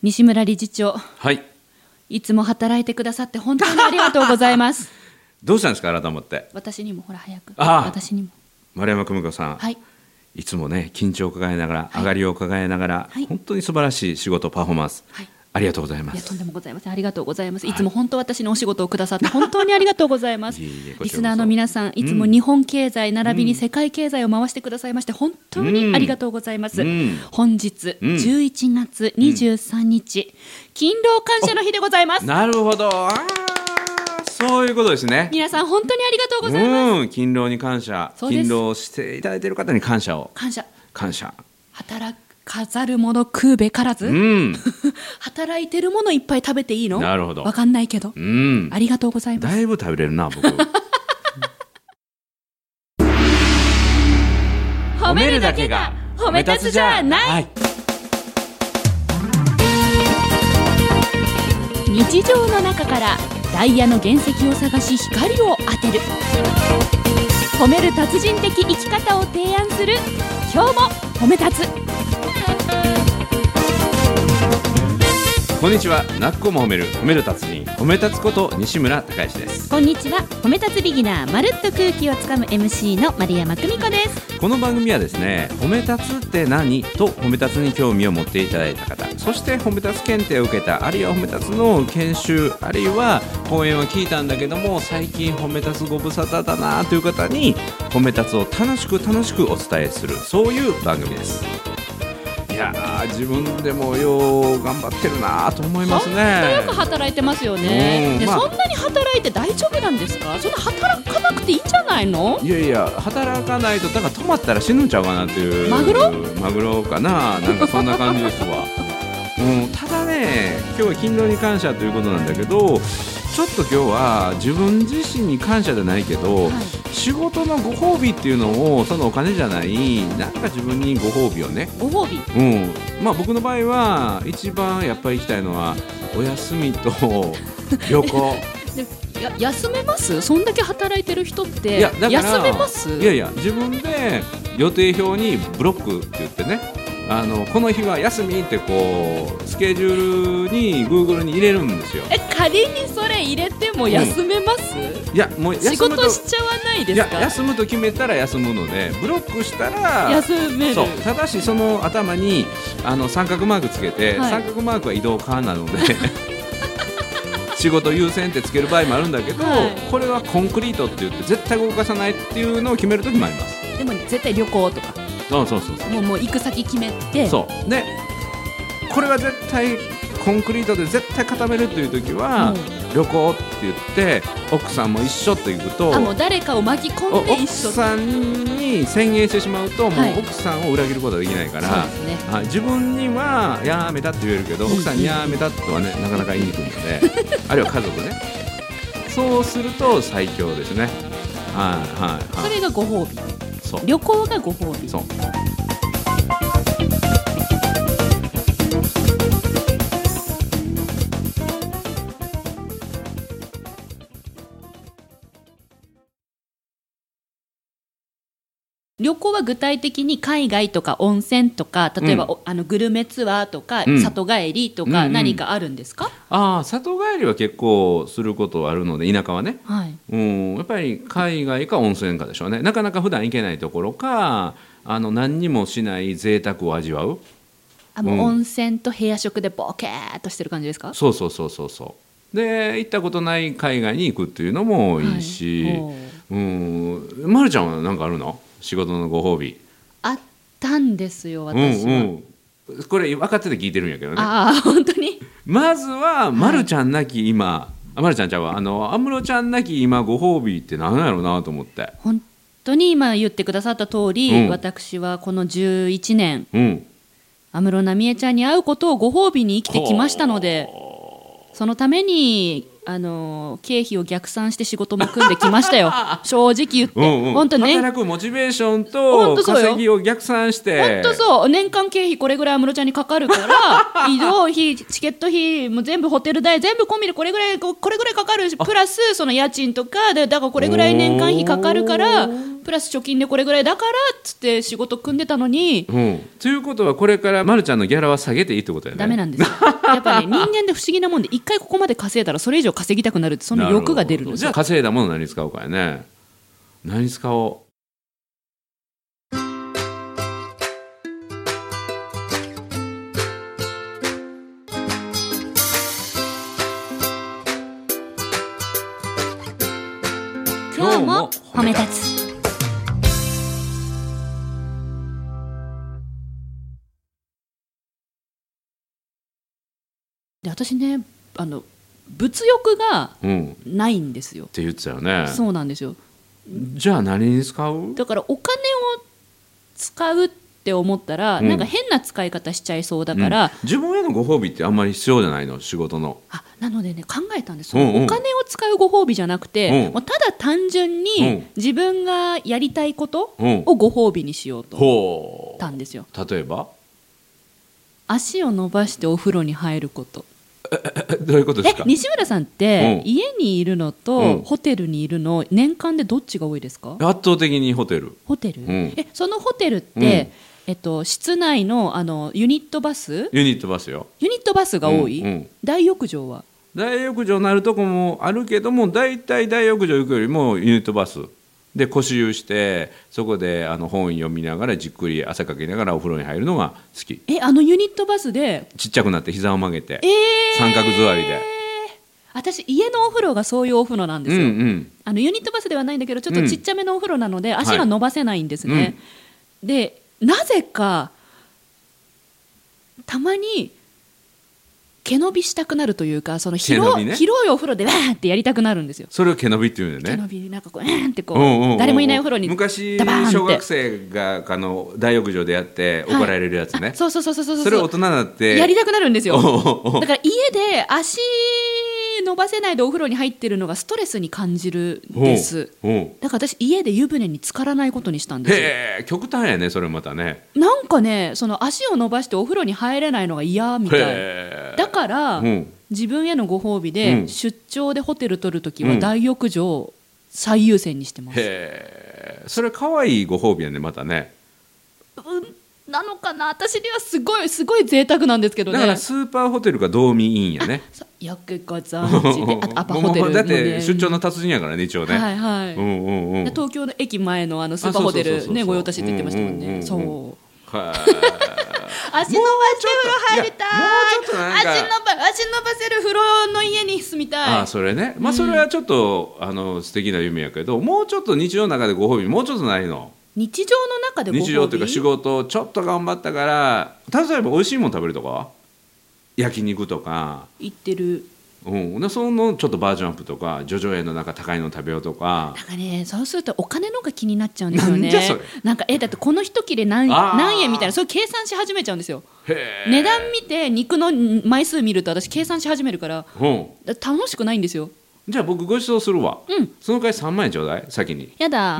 西村理事長はい。いつも働いてくださって本当にありがとうございます どうしたんですか改まって。私にもほら早くああ私にも丸山久美子さん。はいいつもね緊張を抱えながら、い上がりを抱えながら、はい本当に素晴らしい仕事パフォーマンス、はいありがとうございまいやとすんでもございませんありがとうございますいつも本当私のお仕事をくださって本当にありがとうございます いえいえこちらこそリスナーの皆さんいつも日本経済並びに世界経済を回してくださいまして本当にありがとうございます、うん本日うん11月23日、勤労感謝の日でございますなるほどあーそういうことですね皆さん本当にありがとうございます、うん勤労に感謝そうです勤労していただいている方に感謝を感謝感謝働かざる者食うべからず、うん働いてるものいっぱい食べていいのなるほどわかんないけど、うんありがとうございますだいぶ食べれるな僕 褒めるだけが褒め立つじゃない、はい日常の中からダイヤの原石を探し光を当てる褒める達人的生き方を提案する今日も褒め立つこんにちはなっこも褒める褒める達人褒め立つこと西村孝之ですこんにちは褒め立つビギナーまるっと空気をつかむ MC の丸山久美子ですこの番組はですね「褒め立つって何?」と褒め立つに興味を持っていただいた方そして褒め立つ検定を受けたあるいは褒め立つの研修あるいは講演は聞いたんだけども最近褒め立つご無沙汰だなという方に褒め立つを楽しく楽しくお伝えするそういう番組ですいやー自分でもよう頑張ってるなと思いますねよく働いてますよね、うんでまあそんなに働いて大丈夫なんですかそんな働かなくていいんじゃないのいやいや働かないとだから止まったら死ぬんちゃうかなっていうマグロマグロかななんかそんな感じですわ、 うん、ただね今日は勤労に感謝ということなんだけどちょっと今日は自分自身に感謝じゃないけど、はい仕事のご褒美っていうのをそのお金じゃないなんか自分にご褒美をねご褒美うんまあ、僕の場合は一番やっぱり行きたいのはお休みと旅 行でや休めますそんだけ働いてる人っていやだから休めますいやいや自分で予定表にブロックって言ってねあのこの日は休みってこうスケジュールに Google に入れるんですよえ仮にそれ入れても休めます、いやもう仕休むと事しちゃわないでいすやか休むと決めたら休むのでブロックしたら休めるそうただしその頭にあの三角マークつけて、はい三角マークは移動可な ので仕事優先ってつける場合もあるんだけど、はいこれはコンクリートって言って絶対動かさないっていうのを決める時もありますでも絶対旅行とかそうそうそうそうもうもう行く先決めてそうでこれは絶対コンクリートで絶対固めるという時は、うん旅行って言って奥さんも一緒って行くとあもう誰かを巻き込おんで奥一緒さんに宣言してしまうと、はいもう奥さんを裏切ることはできないから、そうですねあ自分には「やめた」って言えるけどうんうん奥さんに「やめた」とはねなかなか言いにくいの であるいは家族ねそうすると最強ですねはいはいはそいれがご褒美そう旅行がご褒美そう旅行は具体的に海外とか温泉とか例えば、うんおあのグルメツアーとか、うん里帰りとか、うんうん何かあるんですか、ああ里帰りは結構することはあるので田舎はねはい、うん、やっぱり海外か温泉かでしょうねなかなか普段行けないところかあの何にもしない贅沢を味わうあもううん温泉と部屋食でボケーっとしてる感じですかそうそうそうそうそうで行ったことない海外に行くっていうのもいいし、はいおううんまるちゃんは何かあるの仕事のご褒美あったんですよ私は、うんうんこれ分かってて聞いてるんやけどねああ本当にまずはまるちゃんなき今、あまるちゃんちゃうわあの安室ちゃんなき今ご褒美って何やろうなと思って本当に今言ってくださった通り、うん私はこの11年うん安室奈美恵ちゃんに会うことをご褒美に生きてきましたのでそのためにあの経費を逆算して仕事も組んできました よ正直言って、うんうん、本当ね働くモチベーションほんととそうよ稼ぎを逆算して本当そう年間経費これぐらい安室ちゃんにかかるから 移動費チケット費も全部ホテル代全部込みでこれぐらいここれぐらいかかるしプラスその家賃とかでだからこれぐらい年間費かかるからおプープラス貯金でこれぐらいだからっつって仕事組んでたのに、うん、ということはこれからまるちゃんのギャラは下げていいってことだよねダメなんですよやっぱね人間で不思議なもんで一回ここまで稼いだらそれ以上稼ぎたくなるってその欲が出るんですじゃよあ稼いだもの何に使おうかやね何に使お今日も褒め立つで私ねあの物欲がううんっないんですよて言ってたよねそうなんですよじゃあ何に使うだからお金を使うって思ったら、うんなんか変な使い方しちゃいそうだから、うん自分へのご褒美ってあんまり必要じゃないの仕事のあなのでね考えたんです、うんうんお金を使うご褒美じゃなくて、うんもうただ単純うんに自分がやりたいことうんをご褒美にしようと思ほったんですよう例えば 足を伸ばしてお風呂に入ることえどういうことですえか西村さんって、うん家にいるのと、うんホテルにいるの年間でどっちが多いですか圧倒的にホテルホテル、んえそのホテルって、うんえっと、室内のあのユニットバスユニットバスよユニットバスが多い、うんうん大浴場は大浴場なるとこもあるけども大体大浴場行くよりもユニットバスで腰湯してそこであの本読みながらじっくり汗かきながらお風呂に入るのが好きえあのユニットバスでちっちゃくなって膝を曲げてえー、三角座りで私家のお風呂がそういうお風呂なんでうすんよ、うんあのユニットバスではないんだけどちょっとちっちゃめのお風呂なので、足が伸ばせないんですね、はいでなぜかたまに毛伸びしたくなるというかその広,、毛伸びね広いお風呂でわーってやりたくなるんですよそれを毛伸びっていうんだ毛よ伸ねびなんかこううーんってこう,、うんうんうんうん誰もいないお風呂に昔ダバーンって小学生があの大浴場でやって怒られるやつね、あそうそうそうそうそうそれを大人になってやりたくなるんですよおうおうおうだから家で足伸ばせないでお風呂に入ってるのがストレスに感じるんですおうおうだから私家で湯船に浸からないことにしたんですよへえ極端やねそれまたねなんかねその足を伸ばしてお風呂に入れないのが嫌みたいへえだから、うん自分へのご褒美うで、ん出張でホテル取るときうはん大浴場を最優先にしてます、へえそれ可愛いご褒美やねまたねうん、なのかな私にはすごいすごい贅沢なんですけどだねからスーパーホテルが道民委員やねさやけがざんじで あとア パホテルの、ね、だって出張の達人やからね一応ね、はいはい、うんうんうんで東京の駅前のあのスあーパーホテそうそうそうルそねう御用達って言ってましたもんうんうんうんうねんそうはあ足伸ばして風呂入りたもうちょっといやもうちょっとなんいか足伸ば足伸ばせる風呂の家に住みたあいあそれねまあそれはちょっと、あの素敵な夢やけどもうちょっと日常の中でご褒美もうちょっとないの日常の中でご褒美日常というか仕事をちょっと頑張ったから例えば美味しいもの食べるとか焼肉とか行ってるうん、でそのちょっとバージョンアップとか叙々苑の中高いの食べようとかなんかねそうするとお金のが気になっちゃうんですよねなんじゃそれなんかえだってこの一切れ何あー何円みたいなそういう計算し始めちゃうんですよへえ値段見て肉の枚数見ると私計算し始めるからうんだ楽しくないんですよじゃあ僕ご馳走するわ、うんその代わり3万円ちょうだい先にや だ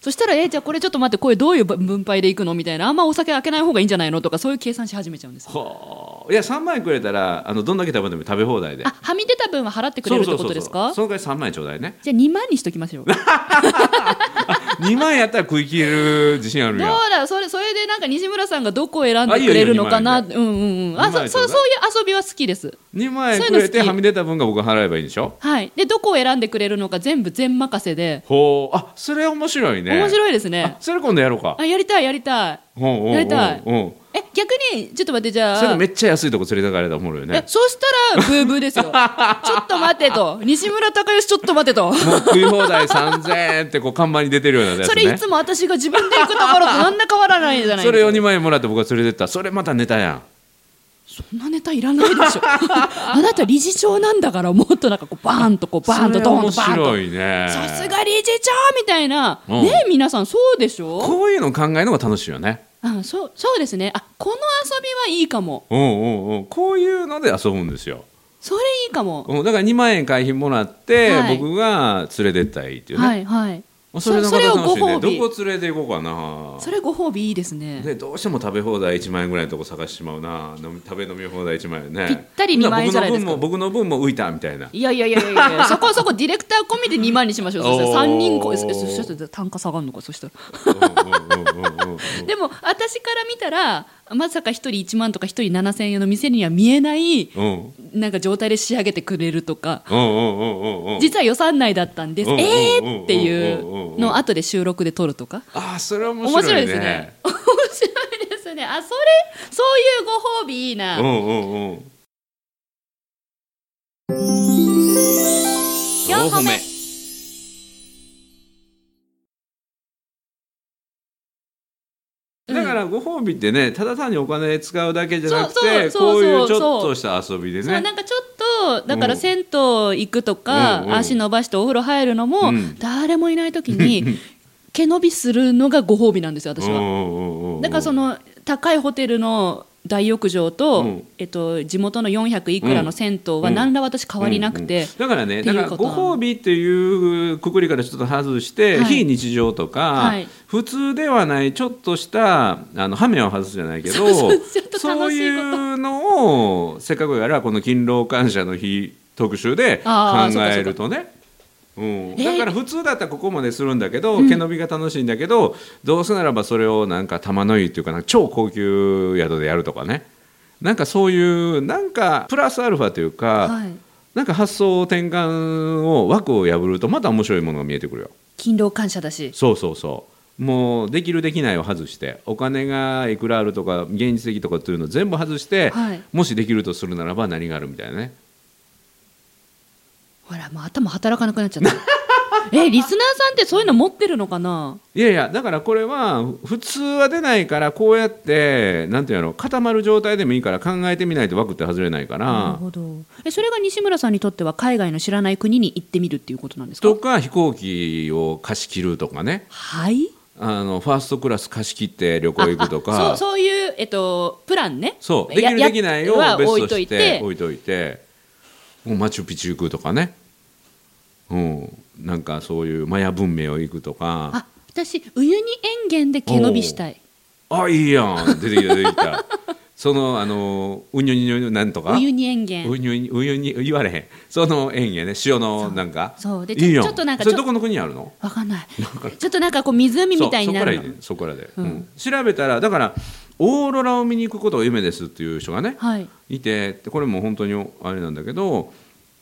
そしたらえじゃあこれちょっと待ってこれどういう分配でいくのみたいなあんまお酒開けない方がいいんじゃないのとかそういう計算し始めちゃうんですよはあいや3万円くれたらあのどんだけ食べても食べ放題であはみ出た分は払ってくれるってことですかそうそうそうそうその代わり3万円ちょうだいねじゃあ2万にしときましょうどう2万円やったら食い切れる自信ある んやだそれそれでなんか西村さんがどこを選んあでいいくよれるのかな二万うんうんうんあ二万そ円そうちそょういう遊びは好きです2万円くれてそういうの好きはみ出た分が僕払えばいいんでしょはいでどこを選んでくれるのか全部全任せで、ほうあそれ面白いね面い白いですねそれ今度やろうかあやりたいやりたいほうほうほうやりたいうんえ逆にちょっと待ってじゃあそれめっちゃ安いとこ連れてかれたらおもろいよえねそうしたらブーブーです よちょっと待てと西村貴義ちょっと待てともう食い放題3000円ってこう看板に出てるようなやつねそれいつも私が自分で行くところと何ら変わらないじゃないそですれをか2万円もらって僕が連れてったらそれまたネタやんそんなネタいらないでし ょあなた理事長なんだからもっとなんかこうバーンとこうバーンとそれドーン面とバーンと白いねさすが理事長みたいな、うんねえ皆さんそうでしょこういうの考えるのが楽しいよねあそうそうですねあこの遊びはいいかもうんうんうんこういうので遊ぶんですよ、それいいかも、うん、だから2万円会費もらって、はい僕が連れてったらいいっていうね、はいはいそれなかなか楽しいねそれをご褒美どこ連れて行こうかなそれご褒美いいですねね、どうしても食べ放題1万円ぐらいのとこ探してしまうな飲み食べ飲み放題1万円ねぴったり2万円じゃないですかほんなら僕の分も僕の分も浮いたみたいないやいやいやいやいやそこそこディレクター込みで2万にしましょうそしたら3人こおーえそしたら単価下がるのかそしたらうんうんうんうんうんでも私から見たらまさか1人1万とか1人7000円の店には見えないうんなんか状態で仕上げてくれるとかうんうんうんうんうん実は予算内だったんですうんえーっていうんうんうんううんのを後で収録で撮るとかああそれは面面白白いいねですね面白いですねあそれそういうご褒美いいな、うんうんうん四歩目だからご褒美ってねただ単にお金使うだけじゃなくそうてそこうそうういうそちうょっとした遊びでそうねなんかちょっとだからうん銭湯行くとか、うんうん足伸ばしてお風呂入るのも、うん誰もいない時 に毛伸びするのがご褒美なんですよ私は、だからそのの高いホテルの大浴場と、うんえっと、地元の400いくらの銭湯はうん何ら私変わりなくて、だからねっていだうからことごなの褒美っていうくくりからちょっと外して、はい非日常とか、はい普通ではないちょっとしたあのハメを外すじゃないけどそうそうちょっと楽しいことそういうのをせっかくやからこの勤労感謝の日特集であー考えるとね。うん、えーだから普通だったらここまでするんだけど、うん毛伸びが楽しいんだけどどうせならばそれをなんか玉の湯っていうかなんか超高級宿でやるとかねなんかそういうなんかプラスアルファというか、はい、なんか発想転換を枠を破るとまた面白いものが見えてくるよ勤労感謝だしそうそうそうもうできるできないを外してお金がいくらあるとか現実的とかっていうのを全部外して、はいもしできるとするならば何があるみたいなねほらもう頭働かなくなっちゃった えリスナーさんってそういうの持ってるのかないやいやだからこれは普通は出ないからこうやってなんていうの固まる状態でもいいから考えてみないと枠って外れないかなるらほどえそれが西村さんにとっては海外の知らない国に行ってみるっていうことなんですかとか飛行機を貸し切るとかねはいあのファーストクラス貸し切って旅行行くとかああそうそういう、えっと、プランねそうできやるできないをやベは置いストとしいてて置いといてもうマチュピチュ行くとかね、うん、なんかそういうマヤ文明を行くとかあ私ウユニ塩原で毛伸びしたいあいいやん出てきた出てきた そのあのうにょにょにょなんとかウユニ塩原うにょにうにょに言われへんその縁やね塩のなんかそうでちょいいやんちょっとなんかそれちょどこの国にあるのわかんないちょっとなんかこう湖みたいになるのそうそこらでそこうらんで、うん調べたらだからオーロラを見に行くことが夢ですっていう人がね、はいいてでこれも本当にあれなんだけど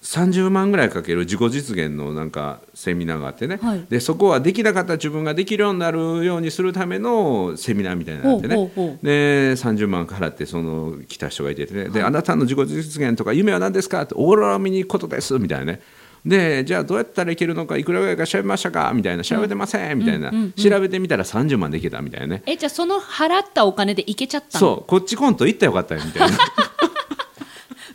30万ぐらいかける自己実現のなんかセミナーがあってね、はいでそこはできなかった自分ができるようになるようにするためのセミナーみたいなのがあってねほうほうほで30万払ってその来た人がいててね、であなたの自己実現とか夢は何ですかってオーロラを見に行くことですみたいなねでじゃあどうやったらいけるのかいくらぐらいか調べましたかみたいな調べてませんみたいな、調べてみたら30万できたみたいなねえじゃあその払ったお金で行けちゃったのそうこっちコント行ったらよかったよみたいな。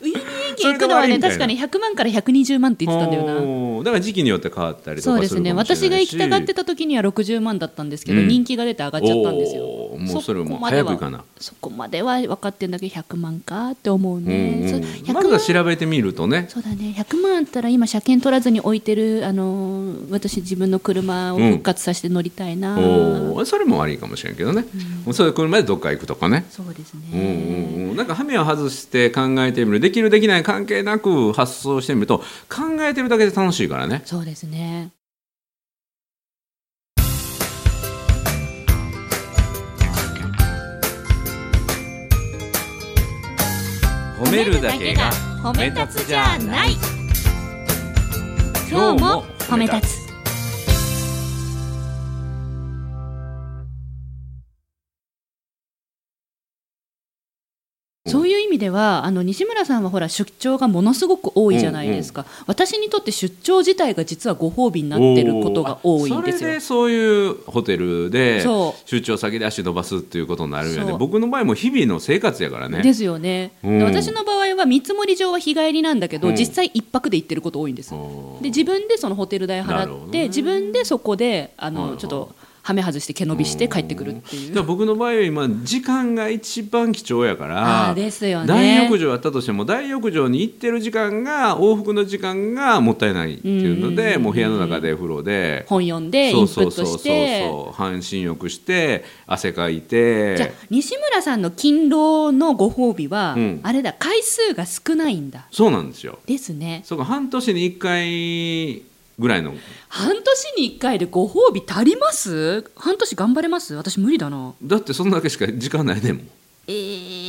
ウユニ塩原行くのはそれで終わりねみたいな確かに100万から120万って言ってたんだよなおーだから時期によって変わったりとそうかですするねかもしれないし私が行きたがってた時には60万だったんですけど、うん人気が出て上がっちゃったんですよおーもうそれこもまで早はくかなそこまでは分かってんだけど100万かって思ううんね、そううんまず100は万調べてみるとねそうだね100万あったら今車検取らずに置いてる、あのー私自分の車を復活させて乗りたいな、おーそれも悪いかもしれんけどね、もうそれ車でどっか行くとかねそうですうんね、うんうんなんかハメを外して考えてみるできるできない関係なく発想してみると考えてるだけで楽しいからねそうですね褒めるだけが褒め立つじゃない今日も褒め立つそういう意味ではあの西村さんはほら出張がものすごく多いじゃないですか、私にとって出張自体が実はご褒美になってることが多いんですそれでよ。そういうホテルでそ出張先で足伸ばすっていうことになるそよねう僕の場合も日々の生活やからねですよね、うんで私の場合は見積もり上は日帰りなんだけど、うん実際一泊で行ってること多いんですおーで自分でそのホテル代なる払ほっどて、ね自分でそこであの、はいはいちょっとはめ外して毛伸びして帰ってくるっていだからう。僕の場合は今時間が一番貴重やからあーですよね大浴場やったとしても大浴場に行ってる時間が往復の時間がもったいないっていうのでうんもう部屋の中で風呂で本読んでイそうンプそうッそトうそうして。そう半身浴して汗かいじゃあて西村さんの勤労のご褒美は、うんあれだ回数が少ないんだそうなんですよですねそうか半年に1回ぐらいの半年に1回でご褒美足ります半年頑張れます私無理だなだってそんだけしか時間ないでもんえ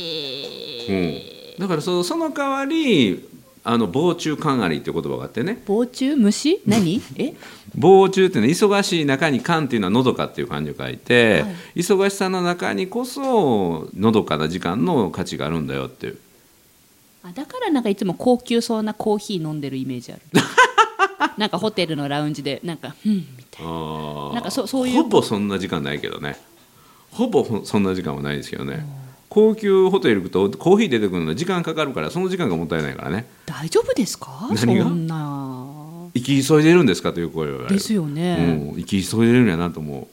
うんー、だからそのその代わりあの防虫かんありっていう言葉があってね防虫 虫何え防虫っていうのは忙しい中に「かん」っていうのは「のどか」っていう漢字を書いて、はい忙しさの中にこそのどかな時間の価値があるんだよっていうあだからなんかいつも高級そうなコーヒー飲んでるイメー ジあるなんかホテルのラウンジでなんかうんみたいあーなんかそそういうほぼそんな時間ないけどねほぼほそんな時間はないですけどね高級ホテル行くとコーヒー出てくるのに時間かかるからその時間がもったいないからねな大丈夫ですかそ何がんな行き急いでるんですかという声を言われるですよね、うん、行き急いでるんやなと思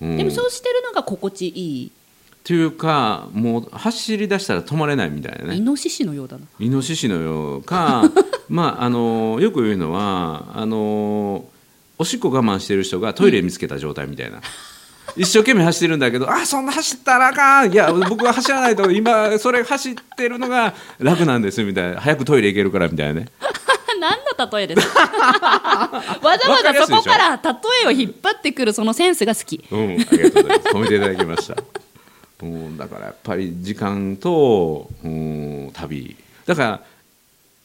う、うん、でもっそうしてるのが心地いい、ていうかもう走り出したら止まれないみたいなねイノシシのよう だなイノシシのようかまああのよく言うのはあのおしっこ我慢してる人がトイレ見つけた状態みたいな。一生懸命走ってるんだけど、あ、そんな走ったらあかん。いや、僕は走らないと、今、それ走ってるのが楽なんです、みたいな。早くトイレ行けるから、みたいなね。何の例えですか わざわざそこから例えを引っ張ってくるそのセンスが好きうん、ありがとうございます。褒めていただきました。うん、だからやっぱり時間と、うん、旅。だから、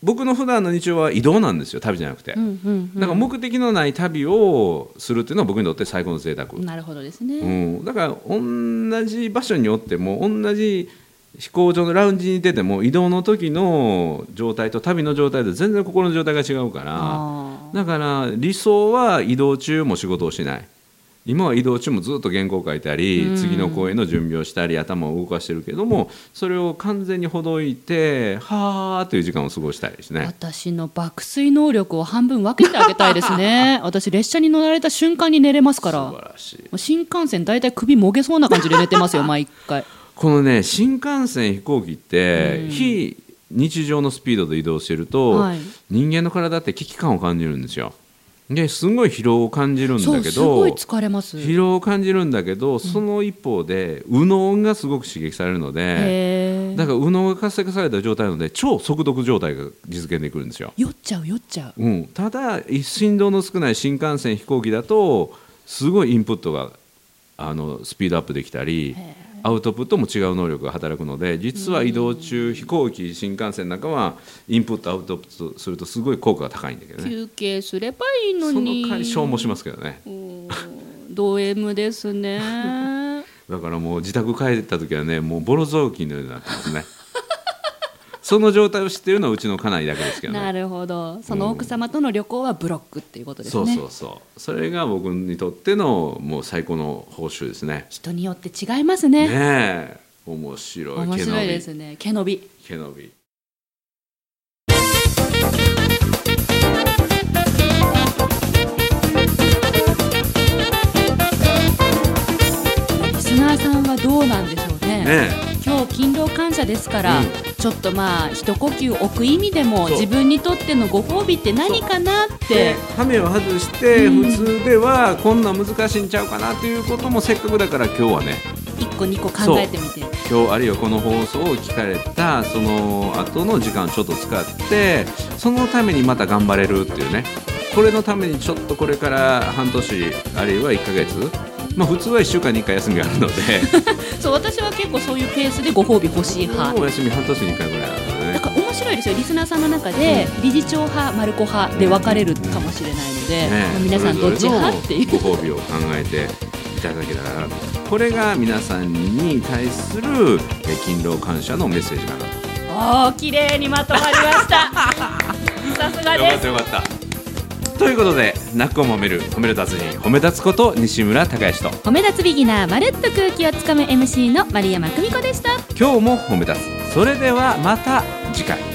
僕の普段の日常は移動なんですよ、旅じゃなくて。うんうんだから目的のない旅をするっていうのは僕にとって最高の贅沢、なるほどですね、うん、だから同じ場所におっても同じ飛行場のラウンジに出ても移動の時の状態と旅の状態で全然心の状態が違うからあだから理想は移動中も仕事をしない今は移動中もずっと原稿を書いたりうん次の公演の準備をしたり頭を動かしてるけどもそれを完全にほどいてはーという時間を過ごしたいですーね。私の爆睡能力を半分分けてあげたいです ね私列車に乗られた瞬間に寝れますから素も晴らしいう新幹線大体首もげそうな感じで寝てます よ毎回このね新幹線飛行機って、うん非日常のスピードで移動してると、はい人間の体って危機感を感じるんですよですごい疲労を感じるんだそうけすごいど疲れます疲労を感じるんだけどその一方で右脳がすごく刺激されるので、へだえから右脳が活性化された状態なので超速読状態が実現できるんですよ酔っちゃう酔っちゃううん、ただ一振動の少ない新幹線飛行機だとすごいインプットがあのスピードアップできたりアウトプットも違う能力が働くので実は移動中飛行機新幹線なんかはインプットアウトプットするとすごい効果が高いんだけどね休憩すればいいのそのに代わり消耗しますけどねおード M ですねだからもう自宅帰った時はねもうボロ雑巾のようになってま すねその状態を知ってるのはうちの家内だけですけどねなるほどその奥様との旅行はブロックっていうことですね、そうそうそうそれが僕にとってのもう最高の報酬ですね人によって違いますねねえ面白い面白いですね毛伸び毛伸びリスナーさんはどうなんでしょうねね今日勤労感謝ですから、うんちょっとまあ一呼吸置く意味でもそう自分にとってのご褒美って何かなってえでハメを外してうん普通ではこんな難しいんちゃうかなということもせっかくだから今日はね一個二個考えてみて今日あるいはこの放送を聞かれたその後の時間をちょっと使ってそのためにまた頑張れるっていうねこれのためにちょっとこれから半年あるいは1ヶ月まあ普通は1週間に1回休みがあるのでそう私は結構そういうペースでご褒美欲しい派もう休み半年に1回ぐらいなのでなねんか面白いですよ、リスナーさんの中で、理事長派、丸子派で分かれるかもしれないので、ねまあ、皆さん、どっち派っていう、それぞれのご褒美を考えていただけたらな これが皆さんに対するえ勤労感謝のメッセージかなとおー、綺麗にまとまりました、さ すがよかでっすた。よかったということで「泣くを褒める褒め立つに褒め立つこと西村孝之と褒め立つビギナー、まるっと空気をつかむ MC の丸山久美子でした。今日も褒め立つそれではまた次回